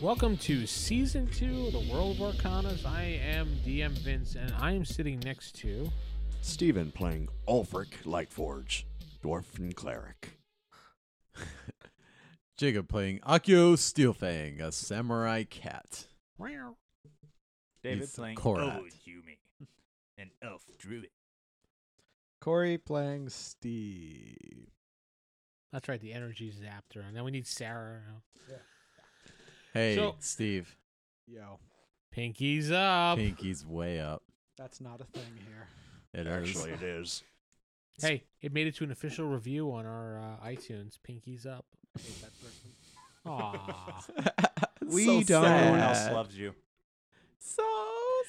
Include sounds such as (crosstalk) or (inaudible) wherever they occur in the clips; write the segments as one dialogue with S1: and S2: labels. S1: Welcome to season two of the World of Arcanas. I am DM Vince, and I am sitting next to.
S2: Steven playing Ulfric Lightforge, Dwarf and Cleric.
S3: (laughs) Jacob playing Akio Steelfang, a samurai cat.
S1: Meow.
S4: David
S3: He's
S4: playing
S3: Korat.
S4: old Yumi, Oh, an elf druid.
S5: Corey playing Steve.
S1: That's right, the energy zapter. And then we need Sarah.
S3: Hey,
S1: So-
S3: Steve,
S5: Yo,
S1: Pinky's up.
S3: Pinky's way up.
S5: that's not a thing here.
S3: It is.
S2: Actually, it
S3: (laughs)
S2: is.
S1: Hey, it made it to an official review on our uh, iTunes. Pinky's up.
S5: I hate that person.
S1: Aw.
S3: we
S5: So
S3: don't.
S4: Everyone else loves you.
S3: So,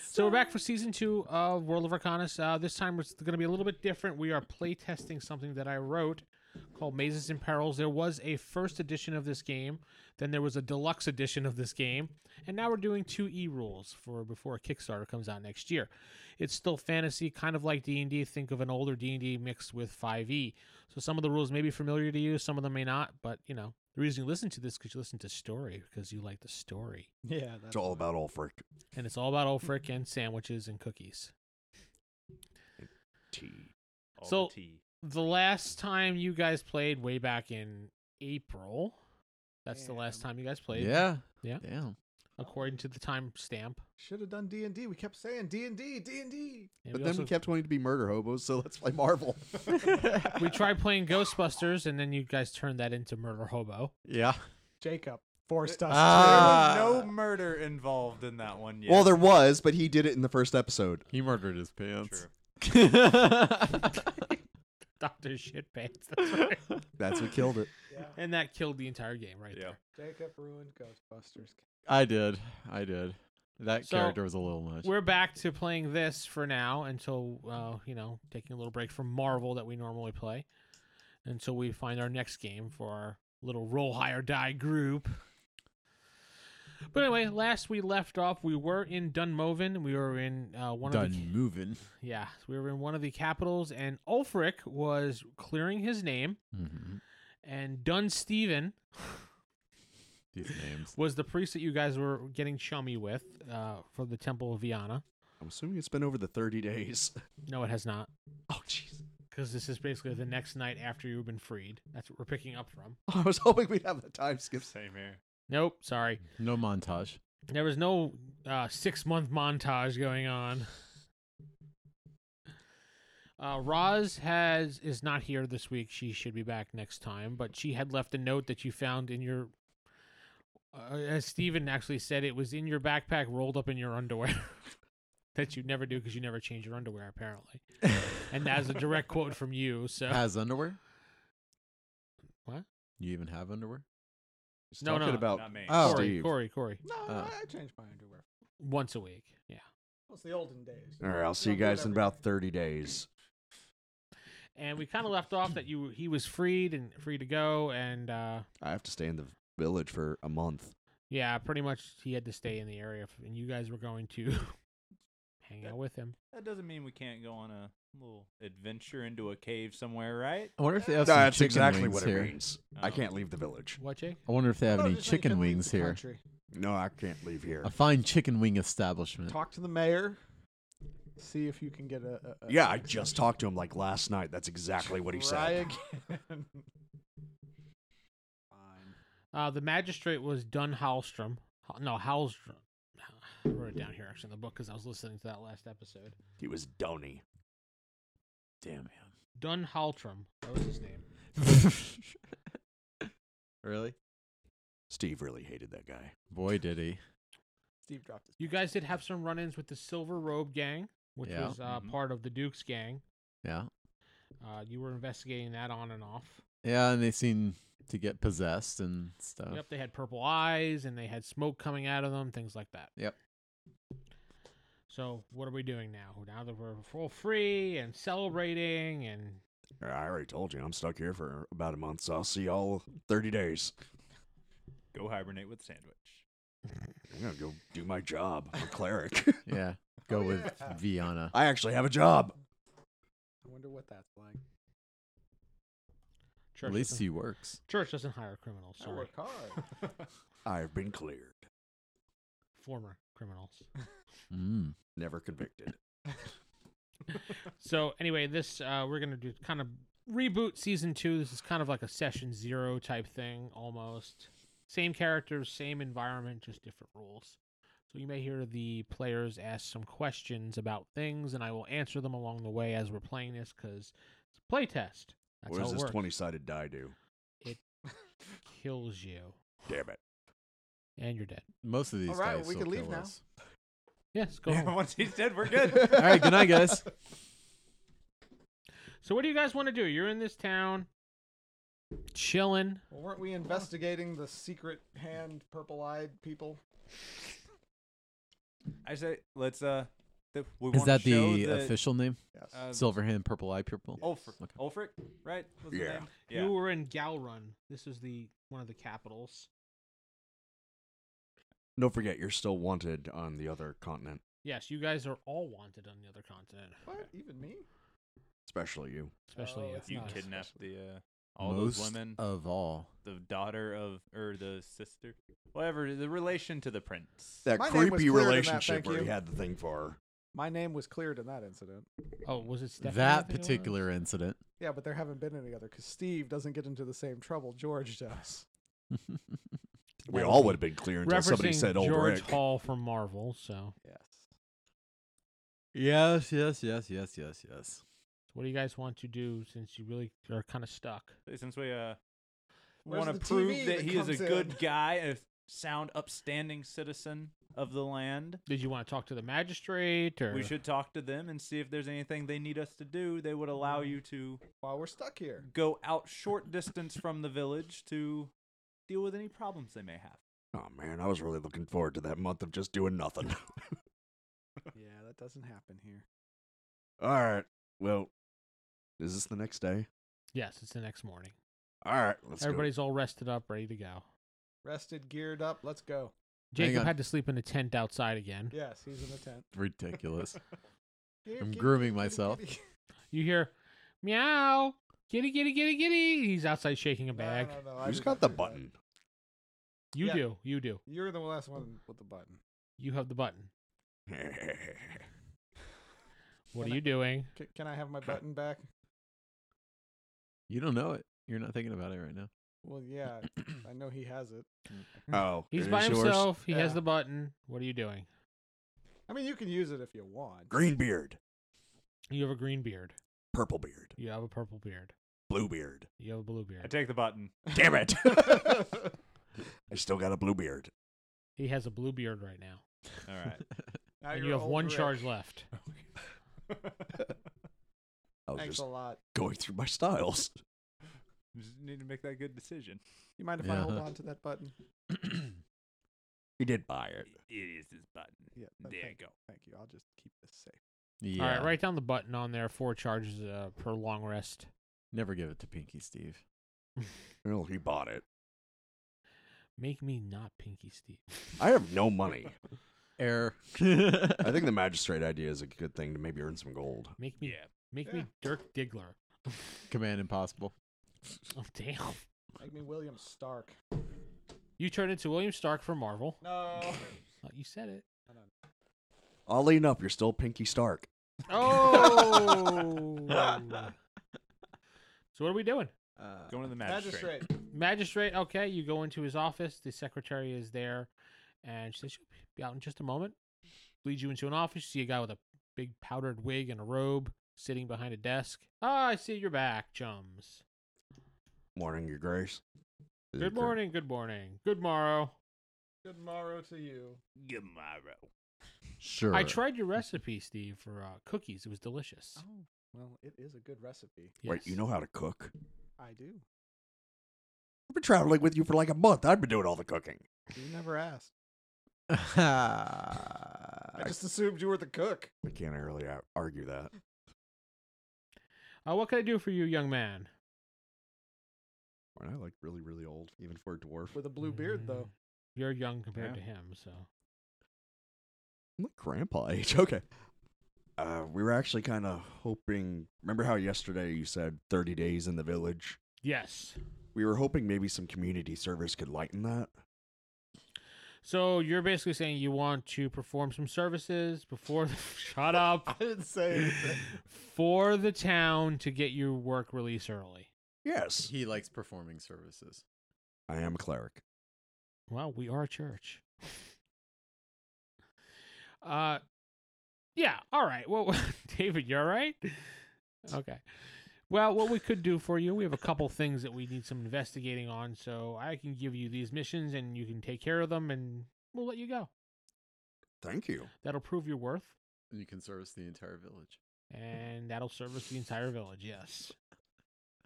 S1: so we're back for season two of World of Arcanas. Uh, this time it's going to be a little bit different. We are playtesting something that I wrote called Mazes and Perils. There was a first edition of this game, then there was a deluxe edition of this game, and now we're doing two E rules for before Kickstarter comes out next year. It's still fantasy, kind of like D&D. Think of an older D&D mixed with 5e. So some of the rules may be familiar to you, some of them may not, but you know, the reason you listen to this because you listen to story because you like the story
S5: Yeah,
S2: It's
S5: that's
S2: all about Ulfric
S1: and it's all about Ulfric and sandwiches and cookies.
S2: T.
S4: All
S1: So-
S4: the tea.
S1: The last time you guys played, way back in April, that's the last
S5: Damn.
S1: time you guys played.
S3: Yeah.
S1: Yeah.
S3: Damn.
S1: according to the timestamp.
S5: Should have done D and D. We kept saying D and D, D and D.
S1: And we
S2: But then
S1: also-
S2: we kept wanting to be murder hobos, so let's play Marvel.
S1: we tried playing Ghostbusters, and then you guys turned that into Murder Hobo. (laughs)
S3: Yeah.
S5: Jacob forced us.
S3: Ah.
S4: there was no murder involved in that one yet.
S2: Well, there was, but he did it in the first episode.
S3: He murdered his pants.
S4: True.
S1: Doctor Shitpants. That's right.
S2: (laughs) That's what killed it.
S5: to. Yeah.
S1: and that killed the entire game right
S4: Yeah.
S1: there.
S5: Jacob ruined Ghostbusters.
S3: (laughs) I did. I did. That
S1: So,
S3: character was a little much.
S1: We're back to playing this for now until, uh, you know, taking a little break from Marvel that we normally play until we find our next game for our little roll high or die group. But anyway, last we left off, we were in Dunmoven. We were in uh, one of
S3: done
S1: the
S3: moving.
S1: yeah, we were in one of the capitals, and Ulfric was clearing his name,
S3: Mm-hmm.
S1: and Dun Steven
S3: These names.
S1: was the priest that you guys were getting chummy with uh, for the Temple of Viana.
S2: I'm assuming it's been over the 30 days. (laughs)
S1: No, it has not.
S2: Oh, jeez.
S1: because this is basically the next night after you've been freed. That's what we're picking up from.
S2: I was hoping we'd have the time skip.
S4: Same here.
S1: Nope, sorry.
S3: No montage.
S1: There was no uh, six month montage going on. Uh, Roz has is not here this week. She should be back next time, but she had left a note that you found in your. Uh, as Steven actually said, it was in your backpack, rolled up in your underwear. (laughs) that you never do because you never change your underwear, apparently. And that's a direct quote from you. So
S3: Has underwear?
S1: What?
S3: You even have underwear?
S2: He's
S1: No,
S2: talking
S1: no,
S2: about
S4: Not me.
S3: Oh.
S1: Corey,
S2: Steve.
S1: Corey, Corey.
S5: No,
S2: Ah.
S3: Uh.
S5: I changed my underwear.
S1: once a week. Yeah.
S5: Well, it's the olden days.
S2: All right, I'll see you guys in about 30 days.
S1: And we kind of left off that you he was freed and free to go, and uh,
S2: I have to stay in the village for a month.
S1: yeah, pretty much he had to stay in the area, f- and you guys were going to (laughs) hang out with him.
S4: That doesn't mean we can't go on a little adventure into a cave somewhere, right?
S3: I wonder if they have some
S2: That's
S3: chicken
S2: exactly
S3: wings
S2: what
S3: here.
S2: it means. I
S4: Oh.
S2: can't leave the village.
S1: What, Jake?
S3: I wonder if they have
S5: Oh,
S3: any chicken wings here.
S2: No, I can't leave here.
S3: A fine chicken wing establishment. (laughs)
S5: Talk to the mayor. See if you can get a. a- a-
S2: Yeah, I
S5: an
S2: just
S5: exception.
S2: talked to him like last night. That's exactly what he (laughs)
S5: Try
S2: said.
S5: again. Fine.
S1: Uh, the magistrate was Dun Halstrom. Hal- No, Halstrom. (sighs) I wrote it down here actually in the book because I was listening to that last episode.
S2: He was dony. Damn him.
S1: Dun Haltram. That was his name.
S3: really?
S2: Steve really hated that guy.
S3: Boy, did he.
S5: Steve dropped his.
S1: You guys did have some run-ins with the Silver Robe Gang, which
S3: Yeah.
S1: was uh,
S4: Mhm.
S1: part of the Duke's gang.
S3: Yeah.
S1: Uh, you were investigating that on and off.
S3: Yeah, and they seem to get possessed and stuff.
S1: Yep, they had purple eyes and they had smoke coming out of them, things like that.
S3: Yep.
S1: So what are we doing now? Now that we're all free and celebrating, and
S2: I already told you, I'm stuck here for about a month, so I'll see y'all 30 days.
S4: Go hibernate with sandwich. (laughs)
S2: I'm going to go do my job. I'm a cleric. (laughs)
S3: Yeah. Go
S5: Oh,
S3: with
S5: yeah.
S3: Viana.
S2: I actually have a job.
S5: I wonder what that's like.
S1: church
S3: At least
S1: doesn't,
S3: he works.
S1: church doesn't hire criminals.
S2: (laughs)
S5: I
S1: Sorry.
S5: work hard.
S2: I've been cleared.
S1: former criminals.
S3: Mm.
S2: Never convicted.
S1: So anyway, this uh, we're gonna do kind of reboot season two. This is kind of like a session zero type thing almost. Same characters, same environment, just different rules. So you may hear the players ask some questions about things, and I will answer them along the way as we're playing this because it's a play test. (laughs) That's
S2: what
S1: how
S2: does
S1: it
S2: this
S1: works.
S2: twenty sided die do?
S1: Kills you,
S2: Damn it.
S1: and you're dead.
S3: Most of these
S5: right,
S3: dice
S5: we
S3: will
S5: can leave
S3: kill
S5: now. (laughs)
S3: us.
S1: Yes, go.
S4: (laughs) Yeah,
S1: home.
S4: once he's dead, we're good.
S3: (laughs) All right, good night, guys.
S1: So what do you guys want to do? You're in this town, chilling.
S5: Well, weren't we investigating the secret hand purple-eyed people?
S4: I say, let's. uh th- we
S3: Is
S4: wanna
S3: that Oh,
S4: show
S3: the official name?
S5: Yes.
S4: Uh,
S3: Silver hand, purple eye, purple.
S4: Ulfric,
S3: Okay.
S4: Ulfric, right? Was
S2: Yeah.
S4: The name? Yeah.
S1: You were in Galrun. This is the one of the capitals.
S2: Don't forget, you're still wanted on the other continent,
S1: Yes, you guys are all wanted on the other continent,
S5: what? Even me?
S2: especially you.
S1: especially
S5: Oh,
S1: you.
S5: it's
S4: you
S5: not
S1: Nice.
S4: kidnapped the uh, all
S3: Most
S4: those women,
S3: of all.
S4: the daughter of or the sister, whatever the relation to the prince.
S2: That
S5: My
S2: creepy
S5: name was cleared in that,
S2: relationship
S5: thank
S2: where
S5: you.
S2: he had the thing for her.
S5: My name was cleared in that incident.
S1: Oh, was it Stephanie? I
S3: that
S1: think it was?
S3: particular incident.
S5: Yeah, but there haven't been any other because Steve doesn't get into the same trouble George (laughs) does.
S2: We
S1: That
S2: all
S1: would
S2: would have been clear until
S1: Referencing
S2: somebody said old
S1: George
S2: Rick.
S1: Hall from Marvel. So,
S5: Yes.
S3: yes, yes, yes, yes, yes, yes.
S1: what do you guys want to do since you really are kind of stuck?
S4: Since we uh
S5: Where's
S4: want
S5: the
S4: to prove
S5: TV
S4: that
S5: that
S4: he is a
S5: comes in? (laughs)
S4: good guy, a sound, upstanding citizen of the land,
S1: Did you want to talk to the magistrate or?
S4: we should talk to them and see if there's anything they need us to do. They would allow
S5: Mm.
S4: you to
S5: While we're stuck here.
S4: go out short distance from the village to deal with any problems they may have.
S2: Oh man, I was really looking forward to that month of just doing nothing.
S5: (laughs)
S2: (laughs)
S5: Yeah, that doesn't happen here.
S2: all right. Well, is this the next day?
S1: Yes, it's the next morning.
S2: All right. Let's go.
S1: Everybody's all rested up, ready to go.
S5: Rested, geared up. Let's go.
S1: Jacob
S3: on.
S1: had to sleep in a tent outside again.
S5: Yes, he's in the tent.
S3: (laughs) Ridiculous.
S5: Giddy,
S3: I'm
S5: giddy,
S3: grooming
S5: giddy,
S3: myself.
S5: giddy.
S1: You hear, meow, giddy, giddy, giddy, giddy. He's outside shaking a
S5: No,
S1: bag.
S5: no, no, I
S2: Who's
S5: did
S2: got
S5: not
S2: the
S5: do that.
S2: button? (laughs)
S1: You
S5: Yeah.
S1: do, you do.
S5: You're the last one with the button.
S1: You have the button. What are you doing?
S5: C- can I have my button back?
S3: you don't know it. You're not thinking about it right now.
S5: Well, yeah, I know he has it.
S2: oh,
S1: He's
S2: it
S1: by
S2: is yours?
S1: himself. He has
S5: Yeah.
S1: the button. What are you doing?
S5: I mean, you can use it if you want. (laughs)
S2: Green beard,
S1: You have a green beard.
S2: purple beard,
S1: You have a purple beard.
S2: blue beard.
S1: You have a blue beard.
S4: I take the button.
S2: Damn it! (laughs) I still got a blue beard.
S1: he has a blue beard right now.
S4: All right. (laughs)
S5: Now
S1: and
S5: you're
S1: you have
S5: old
S1: one
S5: Rick.
S1: charge left.
S2: I was
S5: Thanks
S2: just
S5: a lot.
S2: going through my styles. (laughs)
S4: Just need to make that good decision.
S5: You mind if I
S3: Yeah.
S5: hold on to that button?
S2: He did buy it.
S4: It is his button.
S5: Yeah. th-
S4: There you
S5: thank,
S4: go.
S5: Thank you. I'll just keep this safe.
S3: (laughs) yeah.
S1: All right, write down the button on there. Four charges uh, per long rest.
S3: Never give it to Pinky Steve.
S2: Well, he bought it.
S1: Make me not Pinky Steve.
S2: I have no money.
S3: (laughs) Error. Uh,
S2: I think the magistrate idea is a good thing to maybe earn some gold.
S1: (laughs) Make me
S4: Yeah.
S1: make me
S5: Yeah.
S1: Dirk Diggler.
S3: Command impossible.
S1: Oh damn.
S5: Make me William (laughs) Stark.
S1: You turn into William Stark from Marvel.
S5: No.
S1: Oh, you said it.
S2: Oddly enough, you're still Pinky Stark.
S1: Oh. (laughs) so what are we doing?
S5: Uh,
S4: Going to the magistrate.
S5: magistrate.
S1: magistrate okay you go into his office the secretary is there and she says she'll be out in just a moment leads you into an office you see a guy with a big powdered wig and a robe sitting behind a desk ah i see you're back chums
S2: Morning, Your Grace. Is it
S1: good
S2: cor-
S1: morning good morning good morrow
S5: Good morrow to you.
S4: Tomorrow.
S3: (laughs) Sure.
S1: i
S3: (laughs)
S1: tried your recipe steve for uh, cookies it was delicious
S5: Oh, Well, it is a good recipe.
S2: Oh. Wait, you
S1: Yes.
S2: know how to cook?
S5: I do.
S2: I've been traveling with you for like a month. I've been doing all the cooking.
S5: You (laughs) never asked. I
S2: I-
S5: just assumed you were the cook.
S2: I can't really ar- argue that.
S1: uh, what can i do for you young man
S2: Aren't I like really, really old, even for a dwarf?
S5: With a blue beard, though.
S1: Mm, you're young compared to
S4: Yeah.
S1: him so
S2: I'm like grandpa age. (laughs) Okay. Uh, we were actually kind of hoping. Remember how yesterday you said 30 days in the village?
S1: yes
S2: We were hoping maybe some community service could lighten that.
S1: So you're basically saying you want to perform some services before. (laughs) shut
S3: (laughs)
S1: up.
S3: didn't say
S1: for the town to get your work release early.
S2: Yes.
S3: He likes performing services.
S2: I am a cleric.
S1: Well, we are a church. (laughs) Uh, yeah. All right. Well, (laughs) David, you all right? Okay. Well, what we could do for you, we have a couple things that we need some investigating on, so I can give you these missions and you can take care of them, and we'll let you go.
S2: Thank you.
S1: That'll prove your worth,
S3: And you can service the entire village.
S1: and that'll service the entire village. Yes.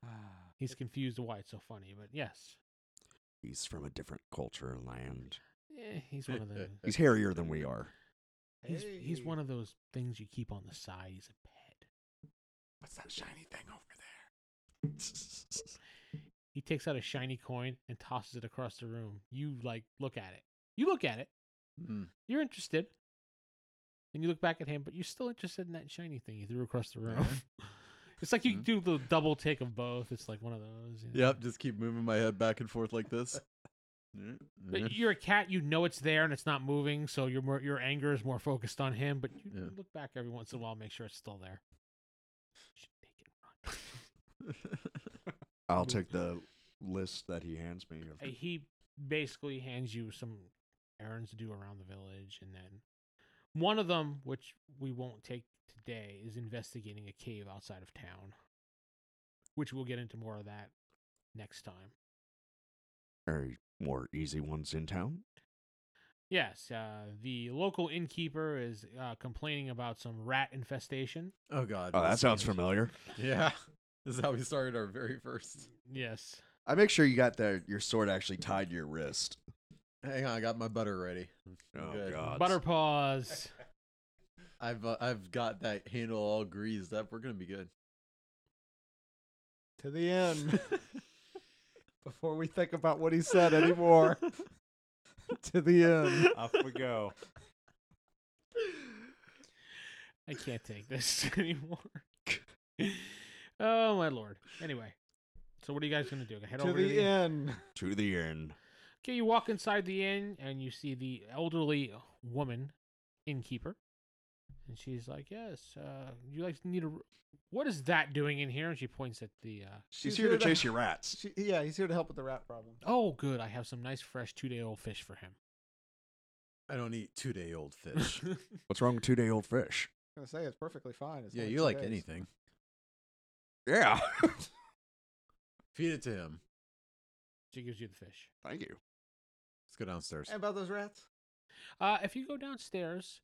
S5: Mm. Ah,
S1: He's confused why it's so funny, but yes.
S2: He's from a different culture and land.
S1: Eh, he's one of the
S2: He's hairier than we are.
S1: He's he's
S5: Hey.
S1: one of those things you keep on the side. He's a pet.
S2: What's that shiny thing over there? (laughs)
S1: He takes out a shiny coin and tosses it across the room. You like look at it. You look at it.
S2: Hmm.
S3: Mm.
S1: You're interested. And you look back at him, but you're still interested in that shiny thing you threw across the room. (laughs) it's like you
S3: Mhm.
S1: do the double take of both. It's like one of those. you know.
S3: Yep, just keep moving my head back and forth
S2: (laughs)
S3: like this. Mm,
S1: But
S3: mm.
S1: you're a cat. You know it's there and it's not moving, so your more, your anger is more focused on him. But you
S3: Yeah.
S1: you look back every once in a while, make sure it's still there. Should take it and run.
S2: I'll take the list that he hands me. Of,
S1: Uh, he basically hands you some errands to do around the village and then one of them which we won't take today is investigating a cave outside of town which we'll get into more of that next time
S2: Are more easy ones in town?
S1: yes uh, the local innkeeper is uh, complaining about some rat infestation
S3: (laughs) Oh God.
S2: Oh, that
S3: this
S2: sounds
S3: game.
S2: familiar.
S3: Yeah, (laughs) this is how we started our very first.
S1: yes
S2: I make sure you got the, your sword actually tied to your wrist.
S3: Hang on, I got my butter ready.
S2: Oh,
S3: Good.
S2: God.
S1: butter paws
S3: I've uh, I've got that handle all greased up. We're gonna be good.
S5: to the (laughs) end before we think about what he said (laughs) anymore. to the end.
S4: Off we go.
S1: i can't take this (laughs) anymore oh my lord anyway so what are you guys gonna do Gonna head
S5: to
S1: over to
S5: the end.
S2: To the inn.
S1: Okay, you walk inside the inn and you see the elderly woman innkeeper, and she's like, "Yes, uh, you like need a. r- What is that doing in here?" And she points at the. Uh,
S2: She's, here to
S5: (laughs)
S2: chase your rats.
S5: She, yeah, he's here to help with the rat problem.
S1: oh, good! I have some nice fresh two-day-old fish for him. (laughs)
S3: I don't eat two day old
S2: (laughs)
S3: fish.
S2: What's wrong with two day old fish?
S5: I'm gonna say it's perfectly fine. It's
S3: yeah,
S5: only
S3: you
S5: two
S3: like
S5: days.
S3: anything.
S2: Yeah. (laughs)
S3: Feed it to him.
S1: she gives you the fish.
S2: Thank you.
S3: Let's go downstairs.
S5: And about those rats?
S1: Uh, if you go downstairs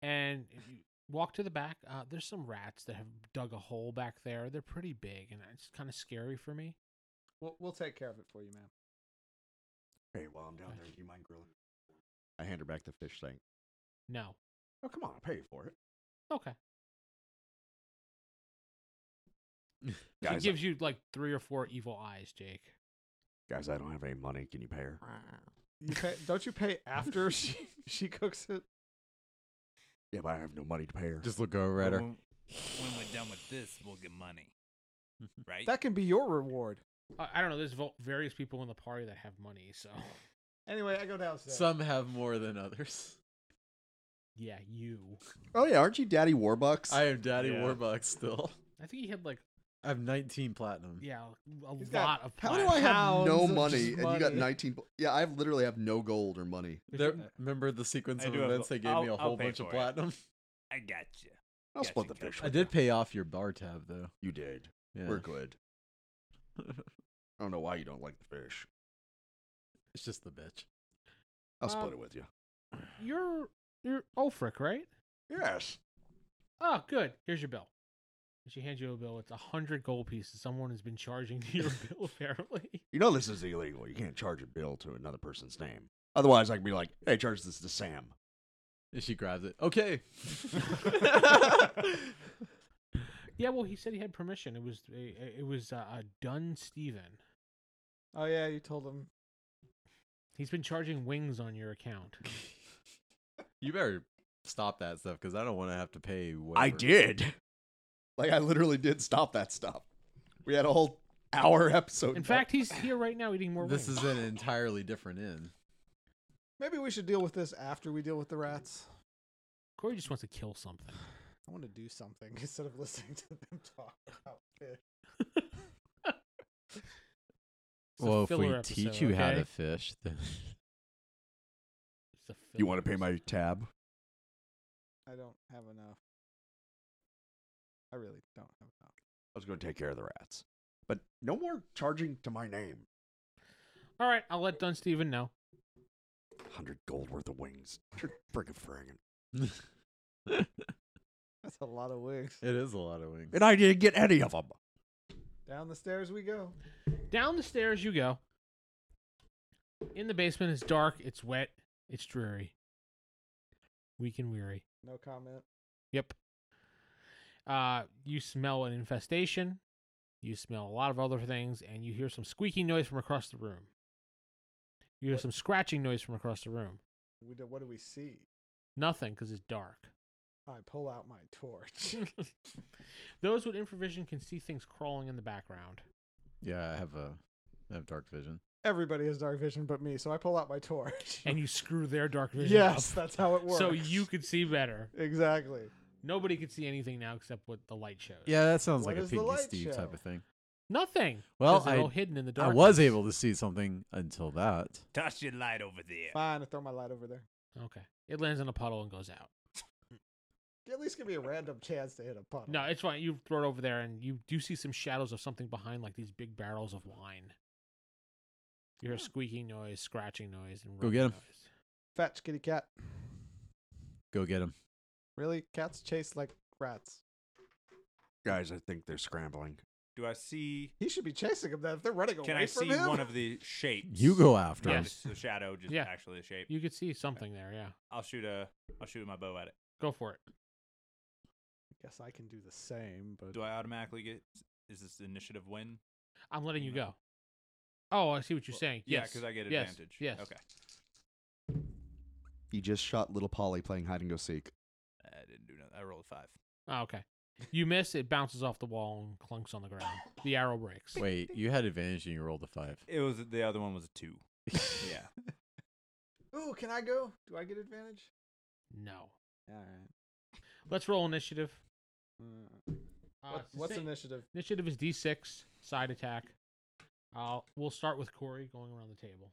S1: and if you walk to the back, uh, there's some rats that have dug a hole back there. They're pretty big, and it's kind of scary for me.
S5: We'll, we'll take care of it for you, ma'am.
S2: Hey, while I'm down there, do you mind grilling? I hand her back the fish thing.
S1: No.
S2: Oh, come on. I'll pay you for it.
S1: Okay.
S2: Guys,
S1: she
S2: uh
S1: gives you like three or four evil eyes, Jake.
S2: guys, I don't have any money. Can you pay her?
S5: You pay, don't you pay (laughs) after she she cooks it?
S2: Yeah, but I have no money to pay her.
S3: Just look over at her.
S4: When, when we're done with this, we'll get
S3: (laughs)
S4: money. Right?
S5: That can be your reward.
S1: I, I don't know. There's vo- various people in the party that have money, so (laughs)
S5: Anyway, I go downstairs.
S3: Some have more than others. (laughs)
S1: yeah, you.
S2: oh, yeah. Aren't you Daddy Warbucks?
S3: I am Daddy
S4: Yeah.
S3: Warbucks still.
S1: I think he had like
S3: I have 19 platinum.
S1: yeah, a
S5: He's
S1: lot
S5: got-
S1: of.
S2: How do
S1: platinum.
S2: I have
S5: Pounds
S2: no
S5: of just
S2: money and you got
S5: money.
S2: 19? bu- Yeah, I have literally have no gold or money.
S3: There, remember the sequence
S4: uh, I
S3: of
S4: do have-
S3: events? They gave me
S4: I'll-
S3: a
S4: I'll
S3: whole
S4: pay
S3: bunch of
S4: for it.
S3: platinum. (laughs)
S4: (laughs) I got you.
S2: I'll
S4: Yes,
S2: split
S4: you
S2: the
S4: can.
S2: fish.
S4: I
S3: I
S2: with
S3: did pay off your bar tab though.
S2: You You did.
S3: Yeah.
S2: We're
S3: (laughs)
S2: good. I don't know why you don't like the fish.
S3: It's just the bitch.
S2: I'll
S1: Um,
S2: split it with you.
S1: You're you're Ulfric, right?
S2: Yes.
S1: Oh, good. Here's your bill. And She hands you a bill. It's a hundred gold pieces. Someone has been charging you your bill, (laughs) apparently.
S2: You know this is illegal. You can't charge a bill to another person's name. Otherwise, I can be like, hey, charge this to Sam.
S3: (laughs)
S2: (laughs)
S3: And she grabs it. Okay.
S1: Yeah, well, he said he had permission. It was a- it was uh, a Dun Steven.
S5: oh yeah, you told him.
S1: He's been charging wings on your account.
S3: you better stop that stuff because I don't want to have to pay. Whatever.
S2: I did. Like, I literally did stop that stuff. We had a whole hour episode.
S1: In
S2: about-
S3: (laughs)
S1: fact, he's here right now eating more
S3: This
S1: wings.
S3: is an entirely different inn.
S5: Maybe we should deal with this after we deal with the rats.
S1: Corey just wants to kill something.
S5: I want to do something (laughs) instead of listening to them talk about fish.
S1: It's a
S3: well, if we
S1: filler
S3: teach
S1: episode,
S3: you how
S1: okay?
S3: to fish, then (laughs)
S1: It's a
S2: You want to
S1: filler
S2: pay my tab?
S5: I don't have enough. I really don't have enough.
S2: I was going to take care of the rats, but no more charging to my name.
S1: episode. All right, I'll let Dun Steven know.
S2: Hundred gold worth of wings. You're friggin' friggin'.
S5: That's a lot of wigs.
S3: it is a lot of wings.
S2: And I didn't get any of them.
S5: Down the stairs we go.
S1: Down the stairs you go. In the basement, it's dark, it's wet, it's dreary. Weak and weary.
S5: No comment.
S1: Yep. Uh, you smell an infestation. You smell a lot of other things, and you hear some squeaking noise from across the room. You hear some scratching noise from across the room.
S5: We do, what do we see?
S1: Nothing, because it's dark. (laughs)
S5: I pull out my torch. (laughs)
S1: Those with infravision can see things crawling in the background.
S3: Yeah, I have a, I have dark vision.
S5: Everybody has dark vision but me, so I pull out my torch. (laughs)
S1: And you screw their dark vision up,
S5: yes, that's how it
S1: (laughs)
S5: works.
S1: so you could see better.
S5: exactly.
S1: Nobody could see anything now except what the light shows.
S3: Yeah, that sounds
S5: What
S3: like a
S5: is the
S3: Pinky
S5: light
S3: Steve
S5: show?
S3: type of thing.
S1: Nothing. 'cause
S3: Well,
S1: they're
S3: I-
S1: all hidden in the
S3: I
S1: dark.
S3: was able to see something until that.
S4: Toss your light over there.
S5: Fine, I throw my light over there.
S1: Okay. It lands in a puddle and goes out.
S5: At least give me a random chance to hit a puddle.
S1: No, it's fine. You throw it over there, and you do see some shadows of something behind, like these big barrels of wine. You hear a squeaking noise, scratching noise, and
S3: Go
S1: rubbing
S3: get 'em.
S1: noise.
S5: Fetch, kitty cat.
S3: Go get him.
S5: Really? Cats chase like rats.
S2: Guys, I think they're scrambling.
S4: Do I see?
S5: He should be chasing them then if they're running
S4: Can
S5: away
S4: I
S5: from
S4: see
S5: him.
S4: one of the shapes?
S3: You go after
S4: Not
S1: Yes.
S3: him.
S4: just the shadow, just
S1: Yeah.
S4: actually the shape.
S1: You could see something there. Yeah,
S4: I'll shoot a. I'll shoot my bow at it.
S1: go for it.
S5: (laughs) guess I can do the same, but
S4: Do I automatically get? Is this initiative win?
S1: I'm letting you go. Oh, I see what you're
S4: Mm-hmm. Well,
S1: saying.
S4: Yeah,
S1: Yes.
S4: because I get
S1: Yes.
S4: advantage.
S1: Yes.
S4: Okay.
S2: He just shot little Polly playing hide and go seek.
S4: I didn't do nothing. I rolled a five.
S1: Oh, okay. You miss. It bounces off the wall and clunks on the ground. The arrow breaks.
S3: Wait, you had advantage and you rolled a five.
S4: It was the other one was a
S3: (laughs)
S4: two. Yeah.
S5: Ooh, can I go? Do I get advantage?
S1: No.
S5: All right.
S1: Let's roll initiative.
S5: Mm.
S1: Uh,
S5: What,
S1: it's the
S5: what's
S1: same-
S5: initiative?
S1: Initiative is D6 side attack. Uh, we'll start with Corey going around the table.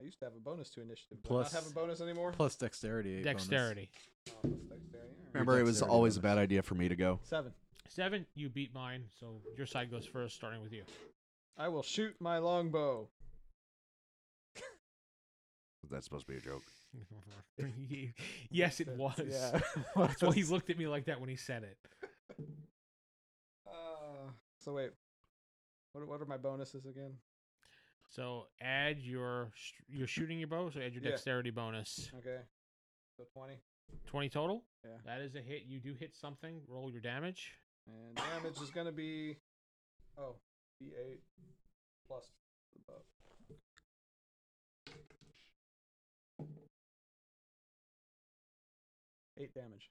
S5: I used to have a bonus to initiative. Plus,
S3: Plus-
S5: do I not have a bonus anymore.
S3: Plus dexterity. bonus.
S1: Dexterity.
S5: Oh, that's dexterity. All right.
S2: Remember, it was
S3: dexterity
S2: always a
S3: bonus.
S2: bad idea for me to go.
S5: Seven.
S1: Seven, you beat mine, so your side goes first, starting with you. (laughs)
S5: I will shoot my longbow.
S2: That's supposed to be a joke.
S1: yes, it was.
S5: (laughs) Yeah.
S1: (laughs) That's
S5: (laughs)
S1: why he looked at me like that when he said it.
S5: Uh, so wait, what are- what are my bonuses again?
S1: So add your sh- your shooting your bow, so add your
S5: Yeah.
S1: dexterity bonus.
S5: Okay, so twenty
S1: Twenty total.
S5: Yeah.
S1: That is a hit. You do hit something. Roll your damage.
S5: and damage is gonna be oh d eight plus the bow. Eight damage.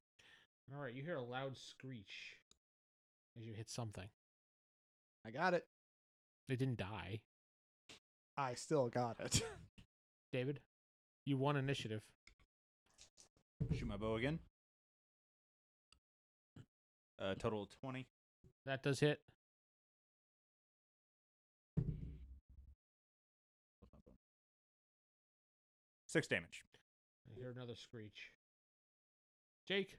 S1: All right, you hear a loud screech as you hit something.
S5: I got it.
S1: It didn't die.
S5: I still got it. (laughs)
S1: David, you won initiative.
S4: Shoot my bow again. Uh, total of twenty.
S1: That does hit.
S4: Six damage.
S1: I hear another screech. Jake,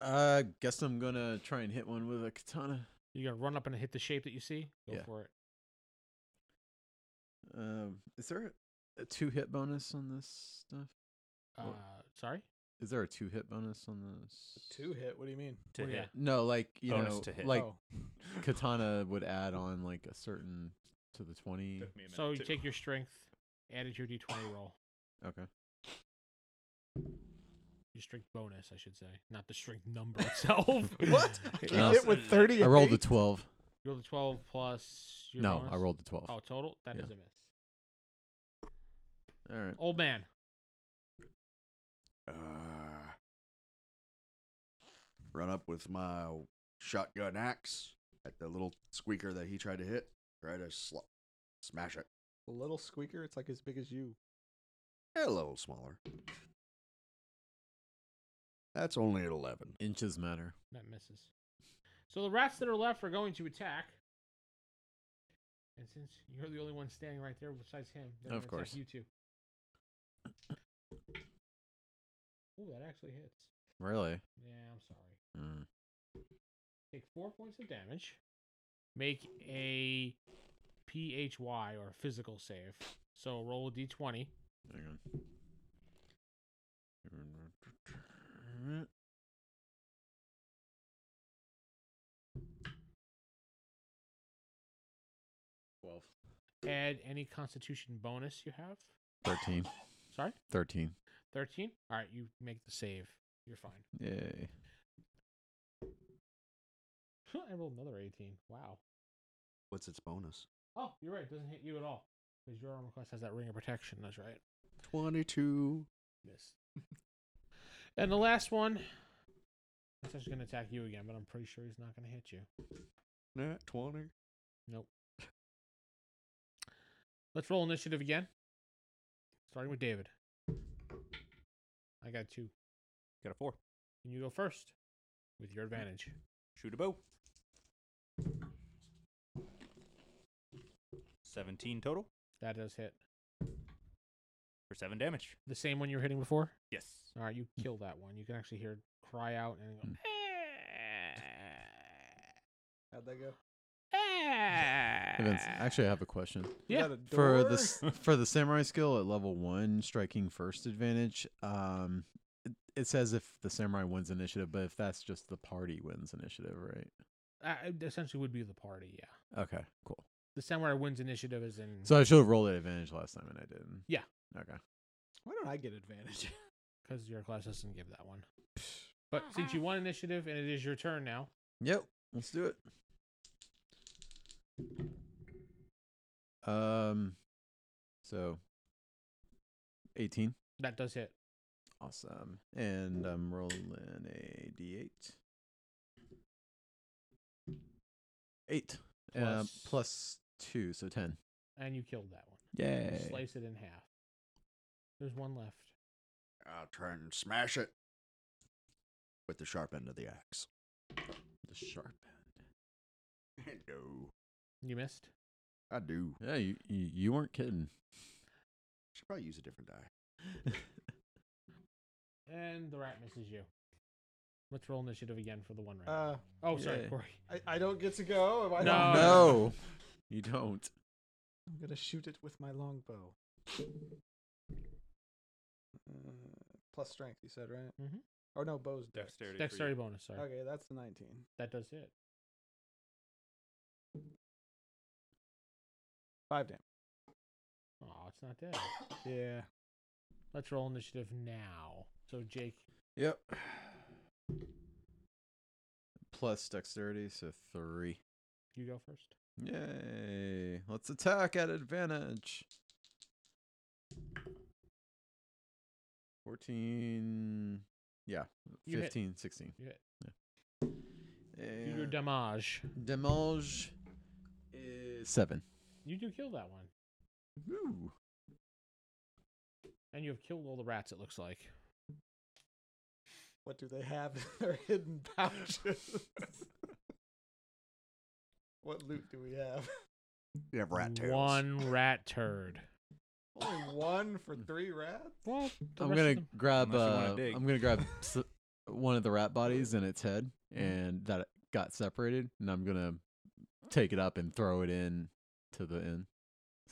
S3: Uh, guess I'm gonna try and hit one with a katana.
S1: you're gonna run up and hit the shape that you see. Go
S3: Yeah.
S1: for it.
S3: Um, is there a two hit bonus on this stuff?
S1: Uh,
S3: Well-
S1: sorry.
S3: Is there a two hit bonus on this?
S5: Two hit. What do you mean?
S4: To
S1: Well,
S4: hit.
S1: yeah.
S3: No, like you
S4: Bonus
S3: know,
S4: to hit.
S3: like
S5: oh.
S3: katana would add on like a certain to the twenty.
S4: Took me a minute,
S1: So you
S4: too.
S1: take your strength, add it to your
S3: (coughs)
S1: d20 roll.
S3: Okay.
S1: Your strength bonus, I should say, not the strength number
S3: (laughs)
S1: itself. (laughs)
S5: What? I
S1: You
S5: get
S3: No.
S5: hit with thirty.
S3: I rolled a twelve.
S1: rolled a 12 plus your
S3: no, I
S1: bonus?
S3: rolled a twelve.
S1: Oh, total? That is
S3: Yeah.
S1: a miss.
S3: All right.
S1: Old man.
S2: Uh, run up with my shotgun axe at the little squeaker that he tried to hit. Try to sl- smash it.
S5: The little squeaker, it's like as big as you.
S2: A little smaller. That's only at 11.
S3: Inches matter.
S1: That misses. So the rats that are left are going to attack. And since you're the only one standing right there besides him, they're
S3: Of
S1: gonna attack
S3: course.
S1: you two. Ooh, that actually hits.
S3: Really?
S1: Yeah, I'm sorry.
S3: Mm.
S1: Take four points of damage. Make a PHY or physical save. So roll a d20.
S3: Hang on. Twelve.
S1: Add any constitution bonus you have.
S3: Thirteen.
S1: Sorry?
S3: Thirteen.
S1: 13? All right, you make the save. You're fine. (laughs)
S3: Yay.
S1: I rolled another 18. Wow.
S2: What's its bonus?
S1: Oh, you're right. It doesn't hit you at all. Because your armor class has that ring of protection. That's right.
S2: 22.
S1: Miss. (laughs) and the last one. It's just going to attack you again, but I'm pretty sure he's not going to hit you.
S2: Nat 20.
S1: Let's roll initiative again. Starting with David. I got two.
S4: Got a four.
S1: And you go first with your advantage.
S4: Shoot a bow. 17 total
S1: That does hit.
S4: for 7 damage.
S1: The same one you were hitting before?
S4: Yes.
S1: (laughs) All right, you kill that one. You can actually hear it cry out and go.
S5: How'd that go?
S3: Vince, actually, I have a question.
S1: Yeah.
S5: Is that a
S3: for
S5: door?
S3: the s- (laughs) for the samurai skill at level one, striking first advantage. Um, it, it says if the samurai wins initiative, but if that's just the party wins initiative, right?
S1: Uh, it essentially would be the party, yeah.
S3: Okay, cool.
S1: The samurai wins initiative is in.
S3: So I should have rolled at advantage last time, and I didn't.
S1: Yeah.
S3: Okay.
S5: Why don't I get advantage?
S1: because your class doesn't give that one. But since you won initiative and it is your turn now,
S3: Yep. Let's do it. Um. So. Eighteen.
S1: that does hit.
S3: Awesome. And I'm rolling a d8. Eight. Plus, uh,
S1: Plus-
S3: plus two, so ten.
S1: And you killed that one. You
S3: Yay.
S1: Slice it in half. There's one left.
S2: I'll try and smash it with the sharp end of the axe. (laughs)
S3: The sharp end.
S2: no.
S1: You missed.
S2: I do.
S3: Yeah, you, you, you weren't (laughs) kidding.
S2: Should probably use a different die.
S1: And the rat misses you. Let's roll initiative again for the one rat.
S5: Uh,
S1: oh, sorry,
S3: yay.
S1: Corey.
S5: I, I don't get to go. Am I
S1: No.
S5: not-
S1: No.
S3: you don't.
S5: I'm gonna shoot it with my longbow. Uh, plus strength, you said, right?
S1: Mhm.
S5: Or no, bow's dex.
S4: Dexterity.
S1: Dexterity bonus, sorry.
S5: Okay, that's the 19.
S1: That does hit.
S5: Five damage.
S1: Oh, it's not dead.
S5: Yeah.
S1: Let's roll initiative now. So, Jake,
S3: Yep. Plus dexterity, so three.
S1: you go first.
S3: Yay. Let's attack at advantage. 14. Yeah.
S1: You hit.
S3: 15, 16.
S1: You hit.
S3: Yeah.
S1: Do your damage.
S3: Demolge is 7.
S1: You do kill that one.
S3: Woo.
S1: And you have killed all the rats, it looks like.
S5: What do they have in their (laughs) hidden pouches? what loot do we have? (laughs)
S2: You have rat tails. (laughs)
S1: One rat turd.
S5: Only one for three rats?
S1: Well,
S3: I'm going to grab
S4: Unless you wanna
S3: uh,
S4: dig.
S3: I'm going to grab s- one of the rat bodies and its head and that it got separated and I'm going to take it up and throw it in to the inn.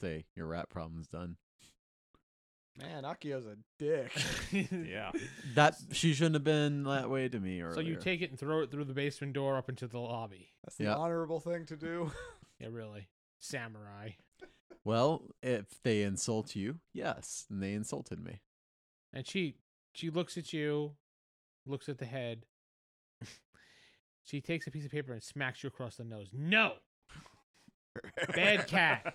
S3: Say your rat problem's done.
S5: Man, Akio's a dick.
S1: (laughs)
S4: Yeah.
S3: That she shouldn't have been that way to me earlier.
S1: So you take it and throw it through the basement door up into the lobby.
S5: That's the
S3: Yeah.
S5: honorable thing to do.
S1: Yeah, really. Samurai.
S3: Well, if they insult you, yes, and they insulted me.
S1: And she she looks at you, looks at the head. she takes a piece of paper and smacks you across the nose. No. Bad
S4: (laughs)
S1: cat.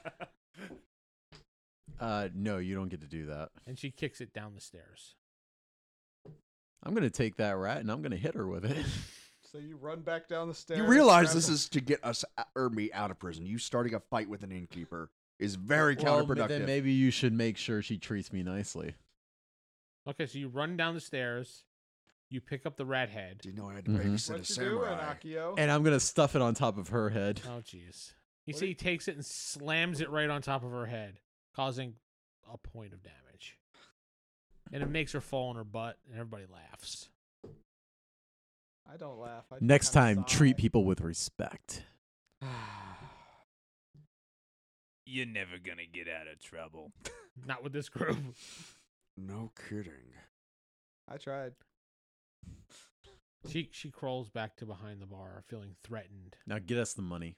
S3: Uh, no, you don't get to do that.
S1: And she kicks it down the stairs.
S3: I'm gonna take that rat and I'm gonna hit her with it.
S5: So you run back down the
S2: (laughs)
S5: stairs.
S2: You realize
S5: grab
S2: this
S5: the-
S2: is to get us or me out of prison. You starting a fight with an innkeeper is very
S3: Well, ma-
S2: counterproductive.
S3: then maybe you should make sure she treats me nicely.
S1: Okay, so you run down the stairs, you pick up the rat head.
S2: Do you know I had to babysit
S3: Mhm.
S2: a
S5: What you doing,
S2: samurai?
S5: Akio?
S3: And I'm gonna stuff it on top of her head.
S1: Oh jeez. You
S5: What
S1: see
S5: did-
S1: he takes it and slams it right on top of her head, causing a point of damage. And it makes her fall on her butt and everybody laughs.
S5: I don't laugh. I just
S3: Next
S5: kinda
S3: time, treat
S5: sigh.
S3: people with respect.
S5: (sighs)
S4: You're never gonna get out of trouble.
S1: Not with this group.
S2: No kidding.
S5: I tried.
S1: She she crawls back to behind the bar, feeling threatened.
S3: Now get us the money.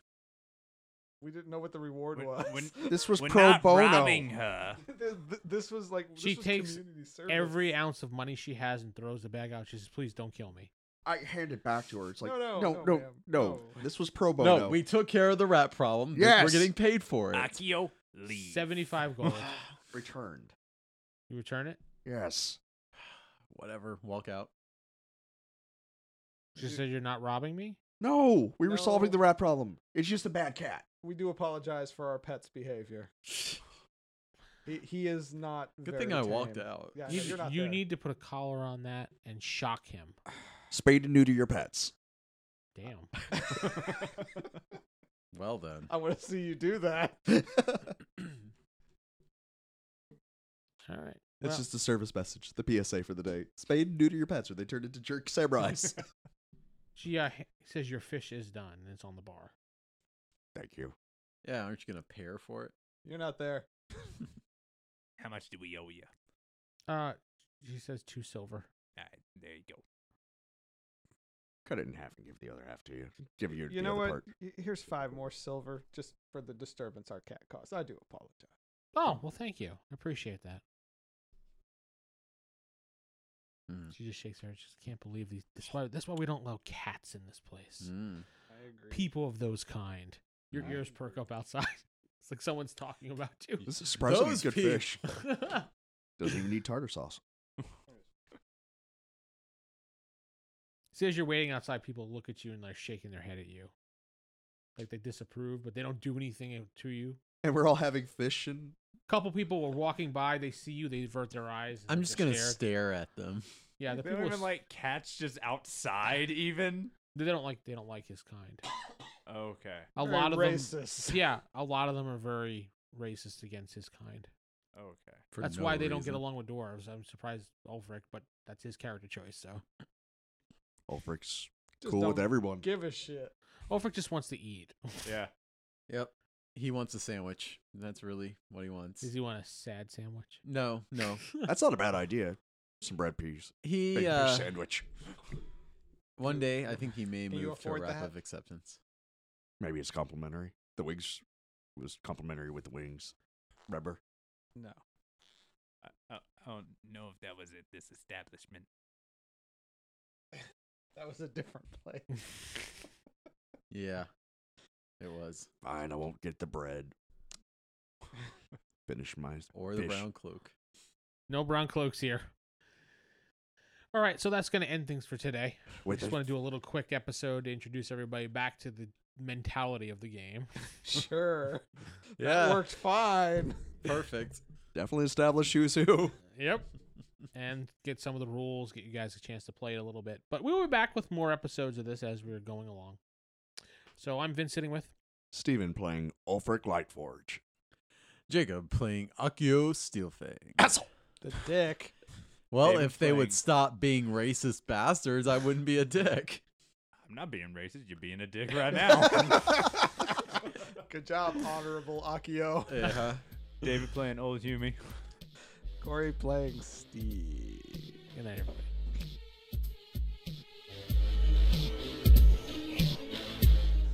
S5: We didn't know what the reward
S4: When-
S5: was.
S4: when-
S2: This was
S4: We're
S2: pro
S4: not
S2: bono.
S4: robbing her.
S5: Th- th- (laughs) this was like
S1: She
S5: this was
S1: takes
S5: community service.
S1: Every ounce of money she has and throws the bag out. She says, "Please don't kill me."
S2: I hand it back to her. It's like
S5: No, no, no,
S2: no,
S5: ma'am.
S2: no.
S5: No.
S2: This was pro bono.
S3: No, we took care of the rat problem. We're-
S2: Yes.
S3: We're getting paid for it.
S4: Akio, leave.
S1: Seventy-five
S5: (laughs)
S1: gold.
S2: returned.
S1: you return it.
S2: Yes.
S3: Whatever. Walk out.
S1: She said, "You're not robbing me."
S2: No, we were solving
S5: No.
S2: the rat problem. It's just a bad cat.
S5: we do apologize for our pet's
S1: (sighs)
S5: behavior. he, he is not.
S3: Good
S5: very
S3: thing I walked
S5: tame.
S3: out.
S5: Yeah, I
S1: you
S5: know, you're not
S1: you
S5: there.
S1: need to put a collar on that and shock him.
S2: Spade and neuter your pets.
S1: Damn.
S3: Well then.
S5: I want to see you do that. (clears throat)
S1: All right.
S2: That's
S1: Well,
S2: just a service message. The PSA for the day. Spade and neuter your pets or they turn into jerk samurais.
S1: she uh, h- says your fish is done and it's on the bar.
S2: Thank you.
S3: Yeah, aren't you gonna pay her for it?
S5: You're not there.
S4: How much do we owe you?
S1: Uh, she says two silver.
S4: All right, there you go.
S2: Cut it in half and give the other half to you. Give you,
S5: You
S2: the
S5: know
S2: other
S5: what?
S2: part.
S5: Y- Here's five more silver just for the disturbance our cat caused. I do apologize.
S1: Oh well, thank you. I appreciate that.
S3: Mm.
S1: She just shakes her. head. She just can't believe these. That's why. That's why we don't allow cats in this place.
S3: Mm.
S5: I agree.
S1: People of those kind. Your
S3: Yeah.
S1: ears perk up outside. (laughs) It's like someone's talking about you.
S2: This is surprisingly
S3: Those
S2: good
S3: people-
S2: fish. Doesn't even need tartar sauce.
S1: (laughs) See, as you're waiting outside, people look at you and they're shaking their head at you, like they disapprove, but they don't do anything to you.
S2: And we're all having fish and
S1: couple people were walking by. They see you. They avert their eyes. and
S3: I'm
S1: they
S3: just gonna
S1: stare.
S3: stare at them.
S1: yeah, the
S4: they
S1: people
S4: don't even
S1: s-
S4: like cats just
S1: (laughs)
S4: outside, even.
S1: they don't like they don't like his kind.
S4: Okay.
S1: A
S5: Very
S1: lot of them,
S5: racist. (laughs)
S1: yeah, a lot of them are very racist against his kind.
S4: Okay.
S3: for
S1: that's
S3: no
S1: why they don't get
S3: reason.
S1: along with dwarves. I'm surprised Ulfric, but that's his character choice. So
S2: Ulfric's
S5: Just
S2: cool with
S5: don't
S2: everyone.
S5: Give a shit.
S1: Ulfric just wants to
S3: (laughs)
S1: eat.
S4: Yeah.
S3: Yep. He wants a sandwich. That's really what he wants.
S1: Does he want a sad sandwich?
S3: No, no.
S2: That's not a bad idea. Some bread peas. Big
S3: He
S2: fish
S3: uh,
S2: sandwich.
S3: one day I think he may
S5: Can you
S3: move to a
S5: afford
S3: wrap
S5: that?
S3: of acceptance.
S2: Maybe it's complimentary. The wings was complimentary with the wings. Remember?
S5: No.
S4: I, I, I don't know if that was at this establishment.
S5: That was a different place.
S3: Yeah. It was.
S2: Fine, I won't get the bread. Finish my
S3: Or the
S2: fish.
S3: brown cloak.
S1: No brown cloaks here. All right, so that's going to end things for today. We
S2: Wait,
S1: just
S2: there's-
S1: want to do a little quick episode to introduce everybody back to the mentality of the
S3: (laughs)
S1: game.
S5: Sure. That worked fine.
S3: Perfect.
S2: definitely establish who's who.
S1: Yep. and get some of the rules, get you guys a chance to play it a little bit. But we'll be back with more episodes of this as we're going along. So I'm Vince sitting with.
S2: (laughs) Steven playing Ulfric Lightforge.
S3: Jacob playing Akio Steelfang.
S2: Asshole.
S5: The dick.
S3: Well,
S4: David
S3: if they
S4: playing-
S3: would stop being racist bastards, I wouldn't be a dick.
S4: I'm not being racist. You're being a dick
S1: (laughs)
S4: right now.
S5: Good job, honorable Akio.
S3: (laughs) Yeah.
S4: David playing old Hume.
S5: Corey playing Steve.
S1: Good night, everybody.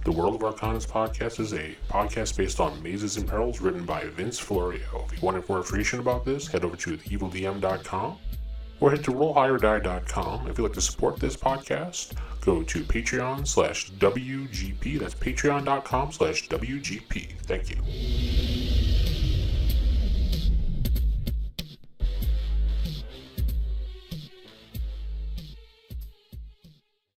S6: The World of Arcanas podcast is a podcast based on Mazes and Perils written by Vince Florio. If you want more information about this, head over to theevildm.com or head to rollhigherdie.com. If you'd like to support this podcast, go to Patreon slash WGP. That's patreon.com slash WGP. Thank you.